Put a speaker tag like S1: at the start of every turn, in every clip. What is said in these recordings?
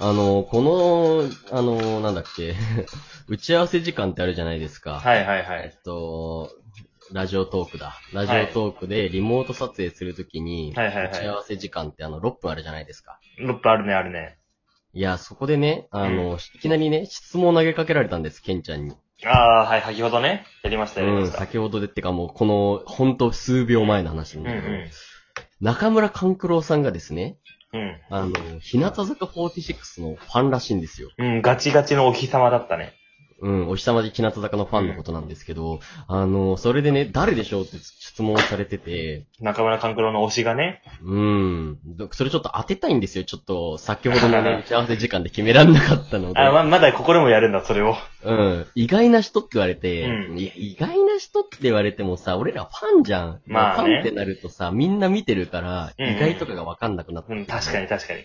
S1: あの、この、あの、なんだっけ、 打ち合わせ時間ってあるじゃないですか。
S2: はいはいは
S1: え
S2: い。
S1: っと、ラジオトークだ。ラジオトークでリモート撮影するときに、
S2: はいはいはい
S1: 打ち合わせ時間ってあの、6分あるじゃないですか。
S2: ロップあるね、あるね。
S1: いや、そこでね、あの、いきなりね、質問を投げかけられたんです、ケンちゃんに。
S2: ああー、はい、先ほどね。やりました、やり
S1: う
S2: ま
S1: ん、
S2: した。
S1: 先ほどでってかもう、この、ほんと数秒前の話な
S2: うんんう
S1: だけど、
S2: ん。
S1: 中村勘九郎さんがですね、
S2: うん。
S1: あの、日向坂46のファンらしいんですよ。
S2: うん、ガチガチのお日様だったね。
S1: うん、お日様で日向坂のファンのことなんですけど、あの、それでね、誰でしょうって質問されてて、
S2: 中村勘九郎の推しがね。
S1: うん、どそれちょっと当てたいんですよ。ちょっと、先ほどのね、打ち合わせ時間で決めらんなかったので。
S2: あま、まだここでもやるんだ、それを。
S1: うん、意外な人って言われて、
S2: うん
S1: いや、意外な人って言われてもさ、俺らファンじゃん。
S2: まあね
S1: ファンってなるとさ、みんな見てるから、
S2: うんうん
S1: 意外とかがわかんなくなって、
S2: うん、確かに確かに。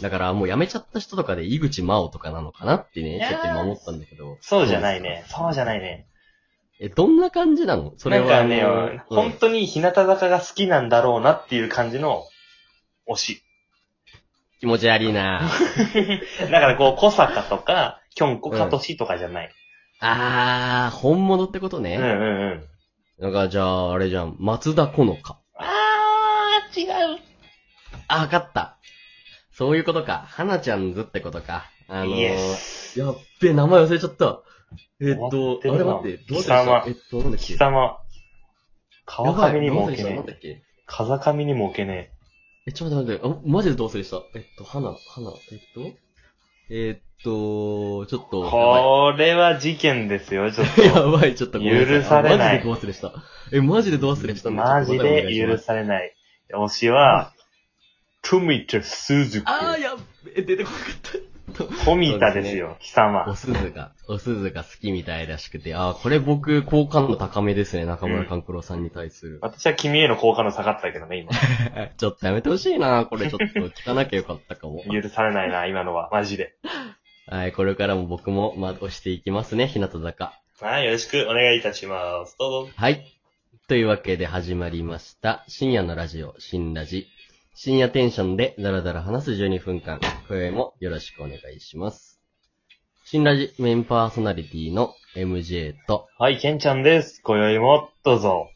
S1: だからもう辞めちゃった人とかで、井口真央とかなのかなって
S2: い
S1: ね、
S2: やー
S1: ちょっと今思ったんだけど。
S2: そうじゃな
S1: ど
S2: い
S1: うで
S2: ね。そうじゃないね。
S1: すか。え、どんな感じなのそれ
S2: なん
S1: は。
S2: かね、
S1: あのうん
S2: 本当に日向坂が好きなんだろうなっていう感じの推し。
S1: 気持ち悪い な
S2: だからこう、小坂とか、きょんこかとしとかじゃない。
S1: あー、本物ってこと
S2: うんう
S1: ね。
S2: んうん。
S1: なんかじゃあ、あれじゃん、松田好花。
S2: あー、違う。
S1: あ、わかった。そういうことか。花ちゃんずってことか。あのー
S2: イエス。
S1: やっべ、名前忘れちゃった。えっ
S2: 終わ
S1: と
S2: っ、てる
S1: あれ
S2: な
S1: 待って、どう
S2: 貴
S1: でした
S2: 様
S1: えっと、なんだっけ
S2: 貴様。川上に
S1: やばいど
S2: も
S1: う
S2: 置
S1: でし
S2: け
S1: たな
S2: ね
S1: んだっけ
S2: え。風上にも置けね
S1: え、ちょっと待って待って、あ、マジでどうするしたえっと、花、花、えっと、えっと、ちょっ
S2: え。
S1: と、
S2: これは事件ですよ、ちょっ
S1: やばい。やばい、ちょっとごめん
S2: 許されない
S1: あマジでどうするした。え、マジでどうするした
S2: と。
S1: ん
S2: マジで許
S1: す。
S2: されない。推しは、富田鈴子。
S1: あー、やっべ、え出てこなかった。
S2: 富田ですよ、貴様
S1: お。鈴が、お鈴が好きみたいらしくて、ああ、これ僕、好感度高めですね、中村勘九郎さんに対する。
S2: 私は君への好感度下がったけどね、今。
S1: ちょっとやめてほしいな、これちょっと聞かなきゃよかったかも。
S2: 許されないな、今のは。マジで。
S1: はい、これからも僕も、まあ、押していきますね、日向坂。
S2: はい、よろしくお願いいたします。どうぞ。
S1: はい。というわけで始まりました。深夜のラジオ、新ラジ。深夜テンションでダラダラ話す12分間。声もよろしくお願いします。新ラジメインパーソナリティの MJ と、
S2: はい、ケンちゃんです。今宵も、どうぞ。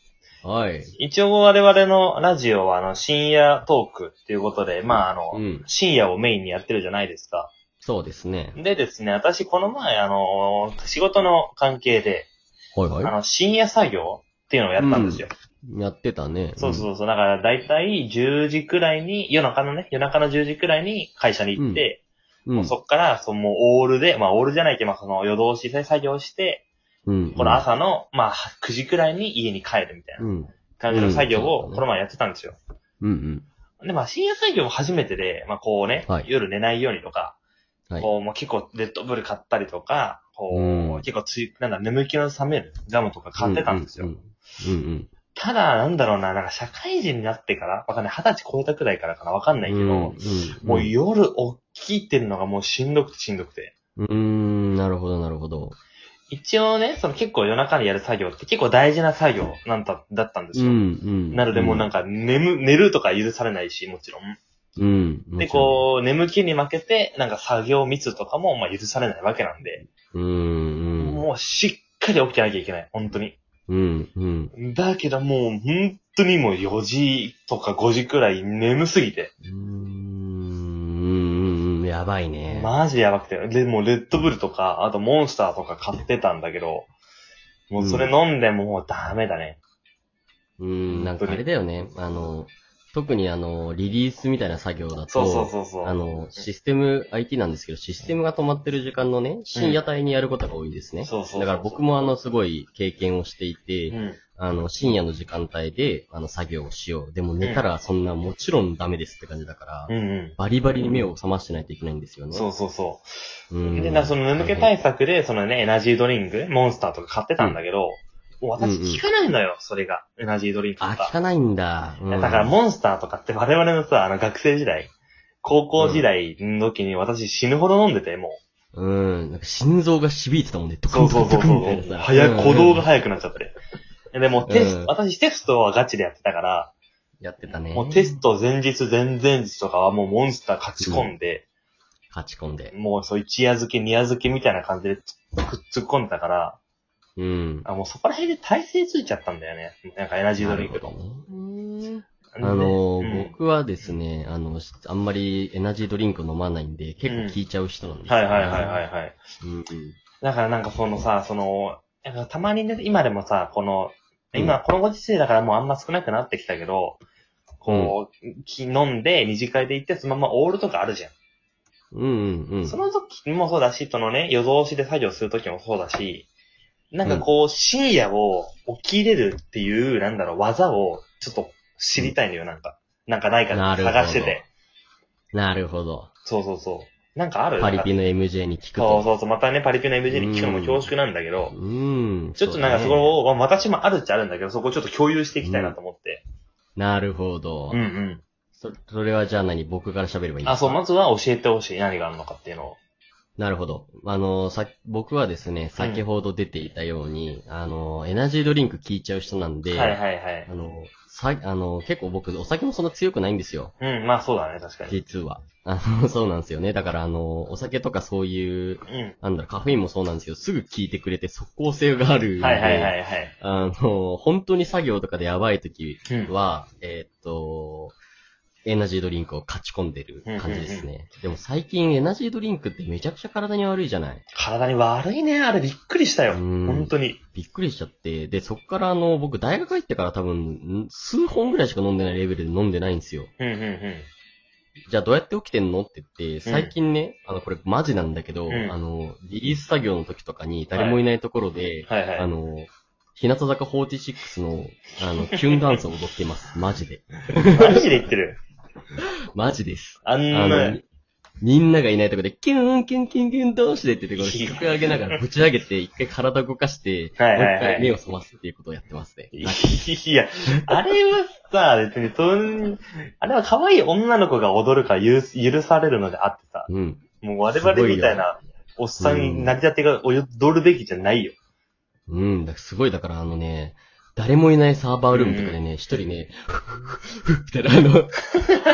S1: はい。
S2: 一応我々のラジオは、あの、深夜トークっていうことで、まあ、あの、
S1: うん。
S2: 深夜をメインにやってるじゃないですか。
S1: そうですね。
S2: でですね、私この前、あの、仕事の関係で、
S1: はい
S2: あ
S1: はい。
S2: の、深夜作業っていうのをやったんですよ。
S1: やってたね。。
S2: そうそううそう。だから、だいたい10時くらいに、夜中のね、夜中の10時くらいに会社に行って、
S1: うん。
S2: そっから、そのもうオールで、まあオールじゃないけど、まあその夜通しで作業して、
S1: うん。
S2: この朝の、まあ9時くらいに家に帰るみたいな
S1: うん。
S2: 感じの作業
S1: うんそうだ
S2: を
S1: ね
S2: この前やってたんですよ。
S1: うんうん。
S2: で、まあ深夜作業も初めてで、まあこうね、
S1: はい
S2: 夜寝ないようにとか、
S1: はい
S2: こう、もう結構レッドブル買ったりとか、こう、
S1: うん
S2: 結構つい、なんだ、眠気の冷めるガムとか買ってたんですよ。
S1: うんうん。
S2: ただ、なんだろうな、なんか社会人になってから、わかんない、二十歳超えたくらいからかな、わかんないけど、もう夜起きてるのがもうしんどくてしんどくて。
S1: うーん、なるほど、なるほど。
S2: 一応ね、その結構夜中にやる作業って結構大事な作業なんだだったんです
S1: うん、
S2: よ。
S1: うん。
S2: なのでもうなんか眠、寝るとか許されないし、もちろん。
S1: うん、
S2: で、こう、眠気に負けて、なんか作業密とかもまあ許されないわけなんで、
S1: うん。うん、
S2: もうしっかり起きてなきゃいけない、本当に。
S1: うん、うん。
S2: だけどもう本当にもう4時とか5時くらい眠すぎて、
S1: うん、やばいね。
S2: マジでやばくて。で、もうレッドブルとか、あとモンスターとか買ってたんだけど、もうそれ飲んでももうダメだね。
S1: うん、なんかあれだよね。あの、特にあの、リリースみたいな作業だと、
S2: そうそうそうそう。
S1: あの、システム、IT なんですけど、システムが止まってる時間のね、深夜帯にやることが多いですね。
S2: そうそうそう
S1: だから僕もあの、すごい経験をしていて、
S2: うん。
S1: あの、深夜の時間帯で、あの、作業をしよう。でも寝たらそんな、もちろんダメですって感じだから、
S2: うんうん。
S1: バリバリに目を覚ましてないといけないんですよね。
S2: そうそうそうう。
S1: ん。
S2: で、なその眠
S1: 大
S2: 気
S1: 変
S2: 対策で、そのね、エナジードリンク、モンスターとか買ってたんだけど、もう私
S1: うんうん
S2: 聞かないのよ、それが。エナジードリンクと
S1: あ、聞
S2: か。
S1: かないんだ。うん
S2: だからモンスターとかって我々のさ、あの学生時代、高校時代の時に私死ぬほど飲んでて、もう。
S1: うん。なんか心臓が響いてたもんね。ドク
S2: そ
S1: ン
S2: うそ
S1: ド
S2: うそ
S1: ク
S2: う
S1: ン
S2: そ
S1: ドクンみた
S2: う
S1: いなさ。
S2: 早
S1: うん
S2: い、鼓動が早くなっちゃって。でもテス
S1: うん
S2: ト、私テストはガチでやってたから、
S1: やってたね。
S2: もうテスト前日、前々日とかはもうモンスター勝ち込んで、
S1: 勝ち込んで。
S2: もうそう、一夜漬け、二夜漬けみたいな感じでつくっつっ込んでたから、
S1: うん。
S2: あ、もうそこら辺で体勢ついちゃったんだよね。なんかエナジードリンク
S1: なる
S2: の。
S1: ほどね
S2: あ
S1: あの、
S2: うん、
S1: 僕はですね、あの、しあんまりエナジードリンクを飲まないんで、結構効いちゃう人なんです。
S2: はいはいはいはいいはい。
S1: うんうん。
S2: だからなんかそのさ、その、なんかたまにね、今でもさ、この、今
S1: うん
S2: このご時世だからもうあんま少なくなってきたけど、こう、き飲んで二次会で行ってそのままオールとかあるじゃん。
S1: うんうんうん。
S2: その時もそうだし、そのね、夜通しで作業する時もそうだし、なんかこう、深夜を起きれるっていう、なんだろう、技をちょっと知りたいのよ、なんか。なんかないか
S1: なるほど
S2: 探してて。
S1: なるほど。
S2: そうそうそう。なんかある
S1: パリピの MJ に聞く
S2: そう
S1: と。
S2: そうそう。またね、パリピの MJ に聞くのも恐縮なんだけど、
S1: うん。
S2: ちょっとなんかそ
S1: そうだね
S2: こを、まあ私もあるっちゃあるんだけど、そこをちょっと共有していきたいなと思って。
S1: なるほど。
S2: うんうん。
S1: そそれはじゃあ何僕から喋ればいいんですか
S2: あ、そう、まずは教えてほしい。何があるのかっていうのを。
S1: なるほど。あの、さ、僕はですね、先ほど出ていたように、あの、エナジードリンク効いちゃう人なんで、
S2: はいはいはい
S1: あ。の、さ、あの、結構僕、お酒もそんな強くないんですよ。
S2: うん、まあそうだね、確かに。
S1: 実は。あの、 そうなんですよね。だから、あの、お酒とかそういう、
S2: う
S1: なんだろう、カフェインもそうなんですけど、すぐ効いてくれて即効性があるん
S2: ん。
S1: で、
S2: はいはいはいはい。
S1: あの、本当に作業とかでやばい時
S2: うん。
S1: は、えーっと、エナジードリンクを勝ち込んでる感じですね。
S2: うん
S1: でも最近エナジードリンクってめちゃくちゃ体に悪いじゃない
S2: 体に悪いね、あれびっくりしたよ。
S1: うん
S2: 本当に。
S1: びっくりしちゃって、で、そっからあの、僕大学入ってから多分、ん数本ぐらいしか飲んでないレベルで飲んでないんですよ。
S2: うんう
S1: じゃあどうやって起きてんのって言って、最近ね、あの、これマジなんだけど、
S2: うん
S1: あの、リリース作業の時とかに誰もいないところで
S2: ん。、はいはい。
S1: あの、日向坂46の、あの、キュンダンスを踊ってます。 マジで。
S2: マジで言ってる。
S1: マジです。
S2: あん
S1: あ
S2: な
S1: の、、みんながいないとこで、キュン、キュン、キュン、キュン、どうしてって言って、これ、曲上げながら、ぶち上げて、一回体動かして、
S2: はいはいはい
S1: もう一回目を覚ますっていうことをやってますね。
S2: いや、あれはさ、別に、そん、あれは可愛い女の子が踊るから許す許されるのであってさ、
S1: うん。
S2: もう我々みたいな、おっさんになりたてが踊るべきじゃないよ。
S1: うん、だからすごい、だからあのね、誰もいないサーバールームとかでね、一人ね、ふっふっふっみたい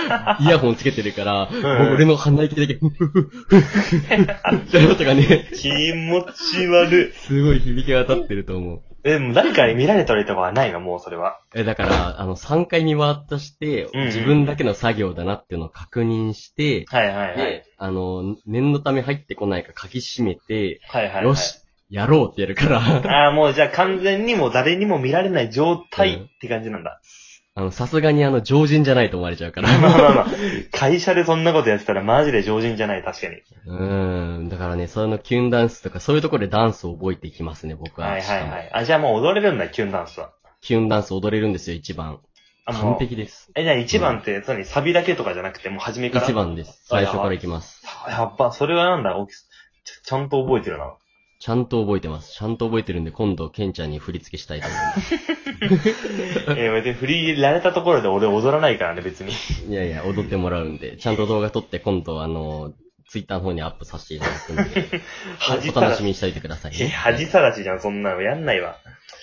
S1: な、 あの、イヤホンつけてるから、もう俺の鼻息だけ、ふっふっふっふっって音がね、
S2: 気持ち悪い。
S1: すごい響き渡ってると思う。
S2: え、もう誰かに見られたりとかはないのもうそれは。
S1: え、だから、あの、3回見回ったして、
S2: うんうん
S1: 自分だけの作業だなっていうのを確認して、
S2: はいはいはい。
S1: で、あの、念のため入ってこないか鍵閉めて、
S2: はいはい、はい。
S1: よし、やろうってやるから、
S2: ああ、もうじゃあ完全にもう誰にも見られない状態って感じなんだ。
S1: あの、さすがにあの、常人じゃないと思われちゃうから。
S2: まあまあまあ、会社でそんなことやってたらマジで常人じゃない、確かに。
S1: うーん、だからね、そのキュンダンスとか、そういうところでダンスを覚えていきますね、僕は。
S2: はいはい
S1: し
S2: は
S1: かも
S2: い。あ、じゃあもう踊れるんだ、キュンダンスは。
S1: キュンダンス踊れるんですよ、一番。
S2: あ、
S1: 完
S2: もう。
S1: 璧です。
S2: え、じゃあ一番って、つまりサビだけとかじゃなくて、もう初めから。
S1: 一。番です。
S2: あ
S1: 最初からいきます。
S2: やっぱ、それはなんだ、おきちゃちゃんと覚えてるな。
S1: ちゃんと覚えてます。ちゃんと覚えてるんで、今度、ケンちゃんに振り付けしたいと思いま
S2: えー、別に振り入れられたところで俺踊らないからね、別に。
S1: す。いやいや、踊ってもらうんで、ちゃんと動画撮って、今度、あの、ツイッターの方にアップさせていただくんで、
S2: 恥
S1: お
S2: さら
S1: 楽し
S2: し。
S1: みにしておいてくださいね、
S2: え、恥さらしじゃん、そんなの。やんないわ。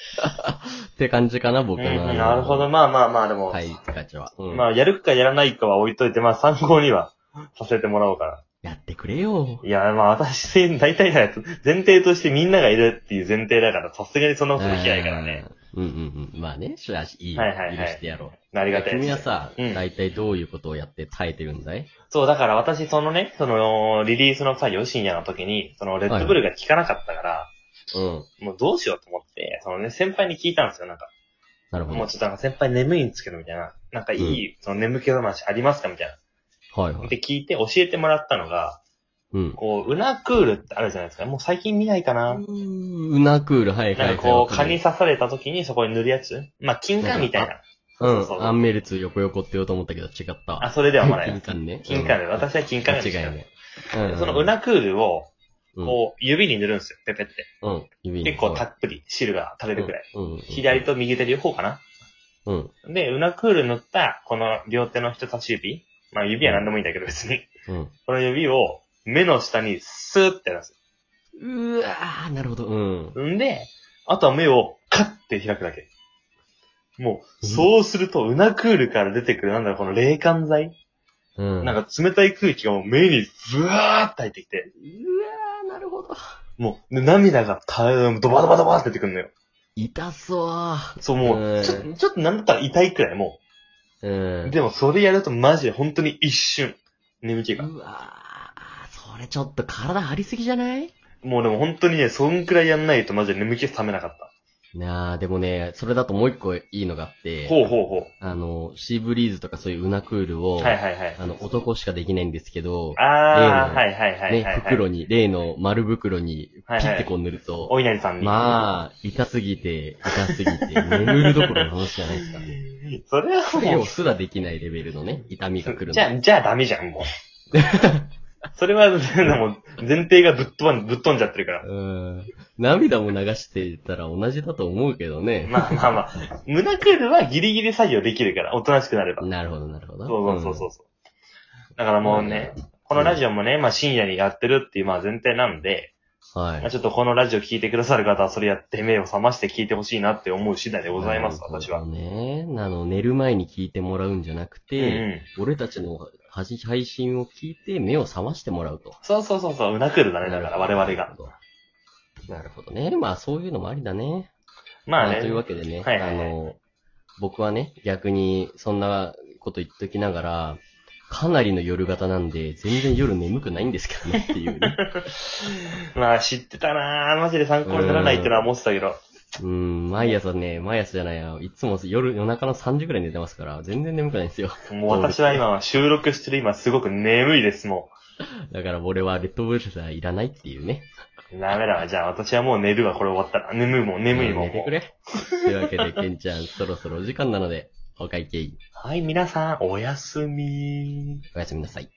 S1: って感じかな、
S2: う
S1: 僕
S2: ん、
S1: の。
S2: なるほど。。まあまあまあ、でも、
S1: はい、ガチャは。うん
S2: まあ、やるかやらないかは置いといて、まあ、参考にはさせてもらおうから。
S1: やってくれよ。
S2: いや、まあ、私、大体だと前提としてみんながいるっていう前提だから、さすがにそんなことできないからね。
S1: うんうんうん。まあね、しらし、いいよ。
S2: はいはいはい
S1: 許してやろう。
S2: ありがたいです
S1: 君はさ、
S2: うん
S1: 大体どういうことをやって耐えてるんだい
S2: そう、だから私、そのね、その、リリースの作業、深夜の時に、その、レッドブルが効かなかったから、
S1: うん。
S2: もうどうしようと思って、そのね、先輩に聞いたんですよ、なんか。
S1: なるほ
S2: もうちょっとなんか先輩眠いんですけど、みたいな。なんかいい、その眠気覚ましありますかみたいな。
S1: ど。はいはい。
S2: で、聞いて教えてもらったのが、
S1: うん。
S2: こう、ウナクールってあるじゃないですか。もう最近見ないかな。
S1: うなクール、はいはい
S2: な
S1: は
S2: ん
S1: い。
S2: かこう、
S1: わか
S2: 蚊
S1: る
S2: に刺された時にそこに塗るやつまあ、金管みたいな。
S1: う。
S2: そうそうん
S1: アンメルツ横横って言おうと思ったけど違った。
S2: あ、それではまだ
S1: 金
S2: や。
S1: 管ね。
S2: 金管
S1: う
S2: で、
S1: ん
S2: 私は金管
S1: 間
S2: で
S1: 違
S2: し
S1: い
S2: たよ
S1: ない。うん
S2: そのウナクールを、
S1: うん
S2: こう、指に塗るんですよ、ペペって。
S1: うん。指に
S2: 結構たっぷり汁が垂れるくらい。。
S1: うんうんうん
S2: 左。と右手両方かな。
S1: うん。
S2: で、ウナクール塗った、この両手の人差し指。まあ、指は何でもいいんだけど、別に。
S1: うん。
S2: この指を目の下にスーって出す。
S1: うわー、なるほど。うん。
S2: んで、あとは目をカッて開くだけ。もう、そうすると、うなクールから出てくる、なんだろう、この冷感剤
S1: うん。
S2: なんか冷たい空気がもう目にブワーって入ってきて、
S1: うわー、なるほど。
S2: もう、で涙がた、ドバドバドバって出てくるのよ。
S1: 痛そう。
S2: そう、も
S1: う
S2: う、
S1: ん
S2: ちょっと、ちょっとなんだったら痛いくらい、も
S1: う
S2: う。
S1: ん。
S2: でも、それやるとマジで本当に一瞬、眠気が。
S1: うわー、それちょっと体張りすぎじゃない
S2: もうでも本当にね、そんくらいやんないとマジで眠気が覚めなかった。
S1: いやー、でもね、それだともう一個いいのがあって、
S2: ほうほうほ
S1: あの、シーブリーズとかそういうウナクールを、
S2: う。はいはいはい。
S1: あの、男しかできないんですけど、
S2: あー、
S1: 例の
S2: はいはいはいはい、
S1: ね、
S2: はい。
S1: 袋に、例の丸袋に
S2: はい
S1: 切
S2: はい
S1: ってこう塗ると、
S2: お稲荷さんに。
S1: まあ、痛すぎて、痛すぎて、眠るどころの話じゃないですか。
S2: それは
S1: 作
S2: も
S1: 業すらできないレベルのね、痛みが来る
S2: う、
S1: の。
S2: じゃあ、じゃあダメじゃん、もう。 それは、もう前提がぶっ飛ばんぶっ飛んじゃってるから。
S1: うん。涙も流してたら同じだと思うけどね。
S2: まあまあまあ、胸クールはギリギリ作業できるから、おとなしくなれば。
S1: なるほど、なるほど。
S2: そうそうそうそう。うだからもうね、このラジオもね、まあ深夜にやってるっていうまあ前提なんで、
S1: うん。は
S2: まあ
S1: い。
S2: ちょっとこのラジオ聞いてくださる方はそれやって目を覚まして聞いてほしいなって思う次第でございます、私
S1: な
S2: は。
S1: るほどね。あの、寝る前に聞いてもらうんじゃなく
S2: うん
S1: て、
S2: うん。
S1: 俺たちのはじ配信を聞いて目を覚ましてもらうと。
S2: そうそうそうそう、うなくるだね、だから我々
S1: なる
S2: が。
S1: ほど。なるほどね。まあそういうのもありだね。
S2: まあ
S1: まあ
S2: ね
S1: という。わけでね、
S2: はいはいはい
S1: あの、僕はね、逆にそんなこと言っときながら、かなりの夜型なんで、全然夜眠くないんですけどねっていうね。
S2: まあ知ってたなぁ、マジで参考にならないってのは思ってたけど。
S1: うん、毎朝ね、毎朝じゃないや、いつも夜、夜中の3時くらいに寝てますから、全然眠くないんですよ。
S2: もう私は今は収録してる今すごく眠いです、も
S1: だから俺はレッドブルさいらないっていうね。
S2: う。ダメだわ、じゃあ私はもう寝るわ、これ終わったら。眠いもん、眠いも
S1: 寝
S2: ん。も
S1: て
S2: う
S1: くれ。というわけで、ケンちゃん、そろそろお時間なので、お会計、
S2: はい、皆さん、おやすみ。
S1: おやすみなさい。